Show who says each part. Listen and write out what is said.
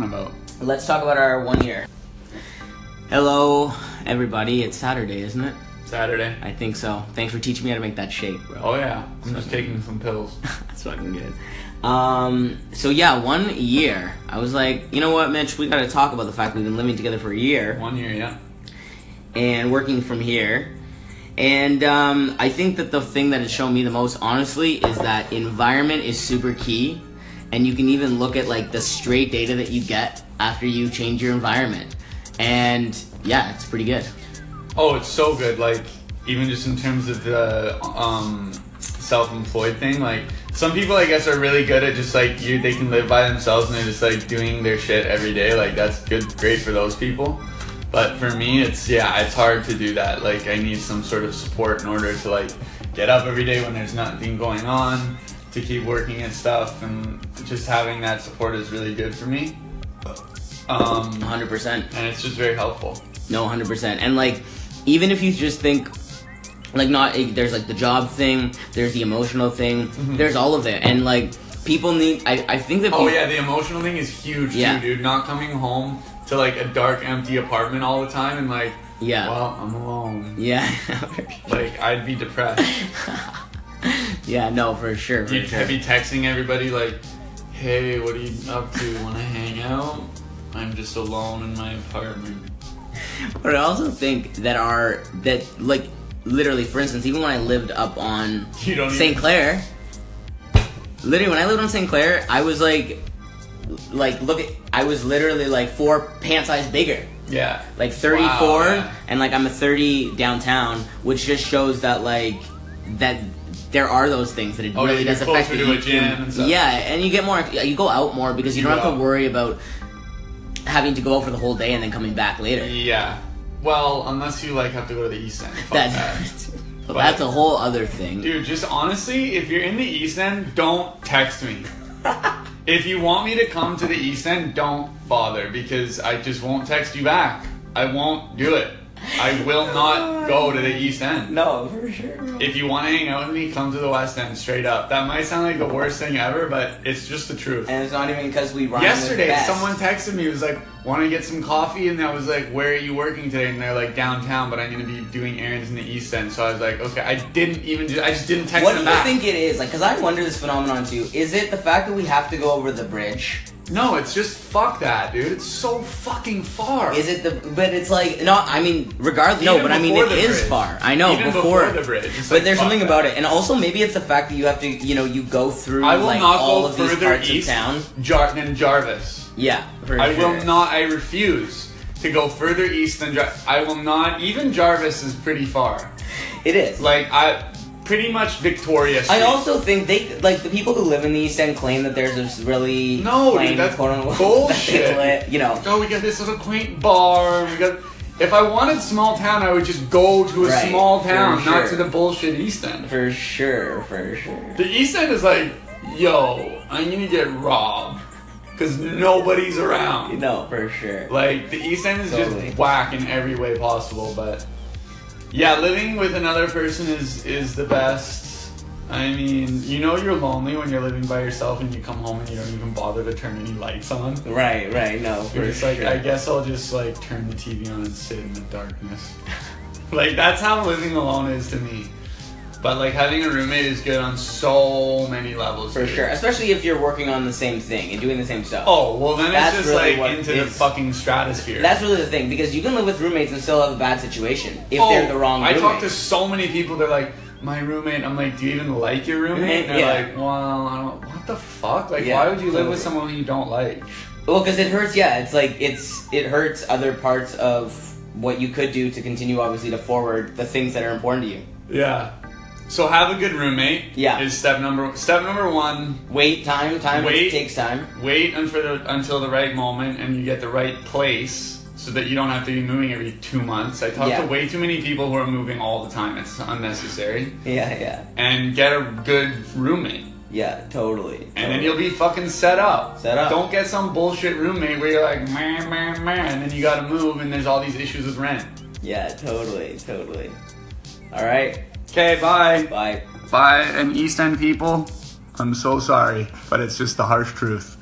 Speaker 1: talking about?
Speaker 2: Let's talk about our one year. Hello, everybody. It's Saturday, isn't it?
Speaker 1: Saturday.
Speaker 2: I think so. Thanks for teaching me how to make that shake, bro.
Speaker 1: Oh yeah, I'm just taking some pills.
Speaker 2: That's fucking good. Um, so yeah, one year. I was like, you know what, Mitch? We gotta talk about the fact we've been living together for a year
Speaker 1: One year, yeah.
Speaker 2: and working from here. And um, I think that the thing that has shown me the most, honestly, is that environment is super key. And you can even look at like the straight data that you get after you change your environment. And yeah, it's pretty good.
Speaker 1: Oh, it's so good. Like even just in terms of the um, self-employed thing, like some people I guess are really good at just like you. They can live by themselves and they're just like doing their shit every day. Like that's good, great for those people. But for me, it's yeah, it's hard to do that. Like I need some sort of support in order to like get up every day when there's nothing going on, to keep working at stuff, and just having that support is really good for me. Um,
Speaker 2: 100%.
Speaker 1: and it's just very helpful.
Speaker 2: No, hundred percent. And like, even if you just think, like, not eh, there's like the job thing, there's the emotional thing, there's all of it, and like people need. I, I think that
Speaker 1: Mm-hmm. Oh
Speaker 2: peop-
Speaker 1: yeah, the emotional thing is huge
Speaker 2: Yeah.
Speaker 1: too, dude. Not coming home to like a dark, empty apartment all the time and like,
Speaker 2: Yeah.
Speaker 1: well, I'm alone.
Speaker 2: yeah,
Speaker 1: Like I'd be depressed.
Speaker 2: yeah. No, for sure, for
Speaker 1: You'd
Speaker 2: sure.
Speaker 1: be texting everybody like, hey, what are you up to? Want to hang out? I'm just alone in my apartment.
Speaker 2: But I also think that our that like literally, for instance, even when I lived up on
Speaker 1: You don't
Speaker 2: St.
Speaker 1: even-
Speaker 2: Clair, literally when I lived on St. Clair, I was like, like look, at, I was literally like four pant size bigger.
Speaker 1: Yeah.
Speaker 2: like 34
Speaker 1: Wow, yeah.
Speaker 2: and like i'm a 30 downtown which just shows that like that there are those things that it
Speaker 1: Oh, yeah,
Speaker 2: really
Speaker 1: you're
Speaker 2: does affect
Speaker 1: closer
Speaker 2: you.
Speaker 1: to a gym and stuff.
Speaker 2: yeah and you get more you go out more because you,
Speaker 1: You
Speaker 2: don't
Speaker 1: go
Speaker 2: have to
Speaker 1: out.
Speaker 2: worry about having to go out for the whole day and then coming back later
Speaker 1: Yeah. Well, unless you like have to go to the east end. Fuck that.
Speaker 2: that's well, that's a whole other thing
Speaker 1: Dude, just honestly, if you're in the East End, don't text me. if you want me to come to the East End, don't bother because I just won't text you back. I won't do it. I will not go to the East End.
Speaker 2: no for sure
Speaker 1: If you want to hang out with me, come to the West End straight up. That might sound like the worst thing ever, but it's just the truth.
Speaker 2: and it's not even because we rhyme
Speaker 1: Yesterday, someone texted me. was like, "Want to get some coffee?" And I was like, "Where are you working today?" And they're like, "Downtown," but I'm gonna be doing errands in the East End. So I was like, "Okay." I didn't even. Do, I just didn't text
Speaker 2: what do
Speaker 1: them
Speaker 2: you
Speaker 1: back.
Speaker 2: think it is like because i wonder this phenomenon too is it the fact that we have to go over the bridge
Speaker 1: No, it's just fuck that, dude. It's so fucking far.
Speaker 2: Is it the? But it's like no. I mean, regardless. No,
Speaker 1: Even
Speaker 2: but I mean,
Speaker 1: before
Speaker 2: it
Speaker 1: the
Speaker 2: is
Speaker 1: bridge.
Speaker 2: far. I know
Speaker 1: Even
Speaker 2: before,
Speaker 1: before the bridge, it's
Speaker 2: but
Speaker 1: like,
Speaker 2: there's
Speaker 1: fuck
Speaker 2: something
Speaker 1: that.
Speaker 2: about it, and also maybe it's the fact that you have to, you know, you go through
Speaker 1: I will
Speaker 2: like
Speaker 1: not
Speaker 2: all
Speaker 1: go
Speaker 2: of these
Speaker 1: further
Speaker 2: parts
Speaker 1: east
Speaker 2: of town.
Speaker 1: Jar- than Jarvis.
Speaker 2: Yeah, for
Speaker 1: I
Speaker 2: sure.
Speaker 1: will not. I refuse to go further east than Jarvis. I will not. Even Jarvis is pretty far.
Speaker 2: It is.
Speaker 1: Like I, pretty much Victoria. Street.
Speaker 2: I also think they like the people who live in the East End claim that there's this really
Speaker 1: No, dude,
Speaker 2: plain,
Speaker 1: that's
Speaker 2: quote unquote,
Speaker 1: bullshit.
Speaker 2: that they li- you know,
Speaker 1: Oh, we got this little quaint bar. We got. If I wanted small town, I would just go to a
Speaker 2: Right,
Speaker 1: small
Speaker 2: for
Speaker 1: town, not
Speaker 2: sure.
Speaker 1: to the bullshit East End.
Speaker 2: for sure, for sure.
Speaker 1: The East End is like, yo, I'm gonna get robbed because nobody's around.
Speaker 2: No, for sure.
Speaker 1: Like the East End is
Speaker 2: Totally.
Speaker 1: just whack in every way possible. But yeah, living with another person is is the best. I mean, you know you're lonely when you're living by yourself and you come home and you don't even bother to turn any lights on.
Speaker 2: Right, right. No,
Speaker 1: You're
Speaker 2: for
Speaker 1: just
Speaker 2: sure.
Speaker 1: like, I guess I'll just like turn the TV on and sit in the darkness. like that's how living alone is to me. But like having a roommate is good on so many levels.
Speaker 2: for
Speaker 1: dude.
Speaker 2: sure, especially if you're working on the same thing and doing the same stuff.
Speaker 1: Oh well, then
Speaker 2: That's
Speaker 1: it's just
Speaker 2: really what
Speaker 1: like into
Speaker 2: it
Speaker 1: the
Speaker 2: is.
Speaker 1: fucking stratosphere.
Speaker 2: That's really the thing because you can live with roommates and still have a bad situation if
Speaker 1: Oh,
Speaker 2: they're the wrong.
Speaker 1: I
Speaker 2: Roommate.
Speaker 1: talk to so many people. They're like, my roommate. I'm like, do you even like your roommate? And they're
Speaker 2: Yeah.
Speaker 1: like, well, I don't. What the fuck? Like,
Speaker 2: Yeah,
Speaker 1: why would you live
Speaker 2: totally.
Speaker 1: with someone who you don't like?
Speaker 2: well because it hurts. Yeah, it's like it's it hurts other parts of what you could do to continue obviously to forward the things that are important to you.
Speaker 1: Yeah. So have a good roommate.
Speaker 2: Yeah.
Speaker 1: Is step number step number one.
Speaker 2: Wait, time, time
Speaker 1: Wait.
Speaker 2: takes time.
Speaker 1: Wait until the, until the right moment and you get the right place so that you don't have to be moving every two months. I talk
Speaker 2: Yeah.
Speaker 1: to way too many people who are moving all the time. It's unnecessary.
Speaker 2: Yeah, yeah,
Speaker 1: And get a good roommate.
Speaker 2: yeah. Totally.
Speaker 1: And then you'll be fucking set up.
Speaker 2: Set up.
Speaker 1: Don't get some bullshit roommate where you're like, man, man, man, and then you gotta move and there's all these issues with rent.
Speaker 2: yeah, totally, totally. All right,
Speaker 1: Okay, bye.
Speaker 2: bye.
Speaker 1: Bye, and East End people, I'm so sorry, but it's just the harsh truth.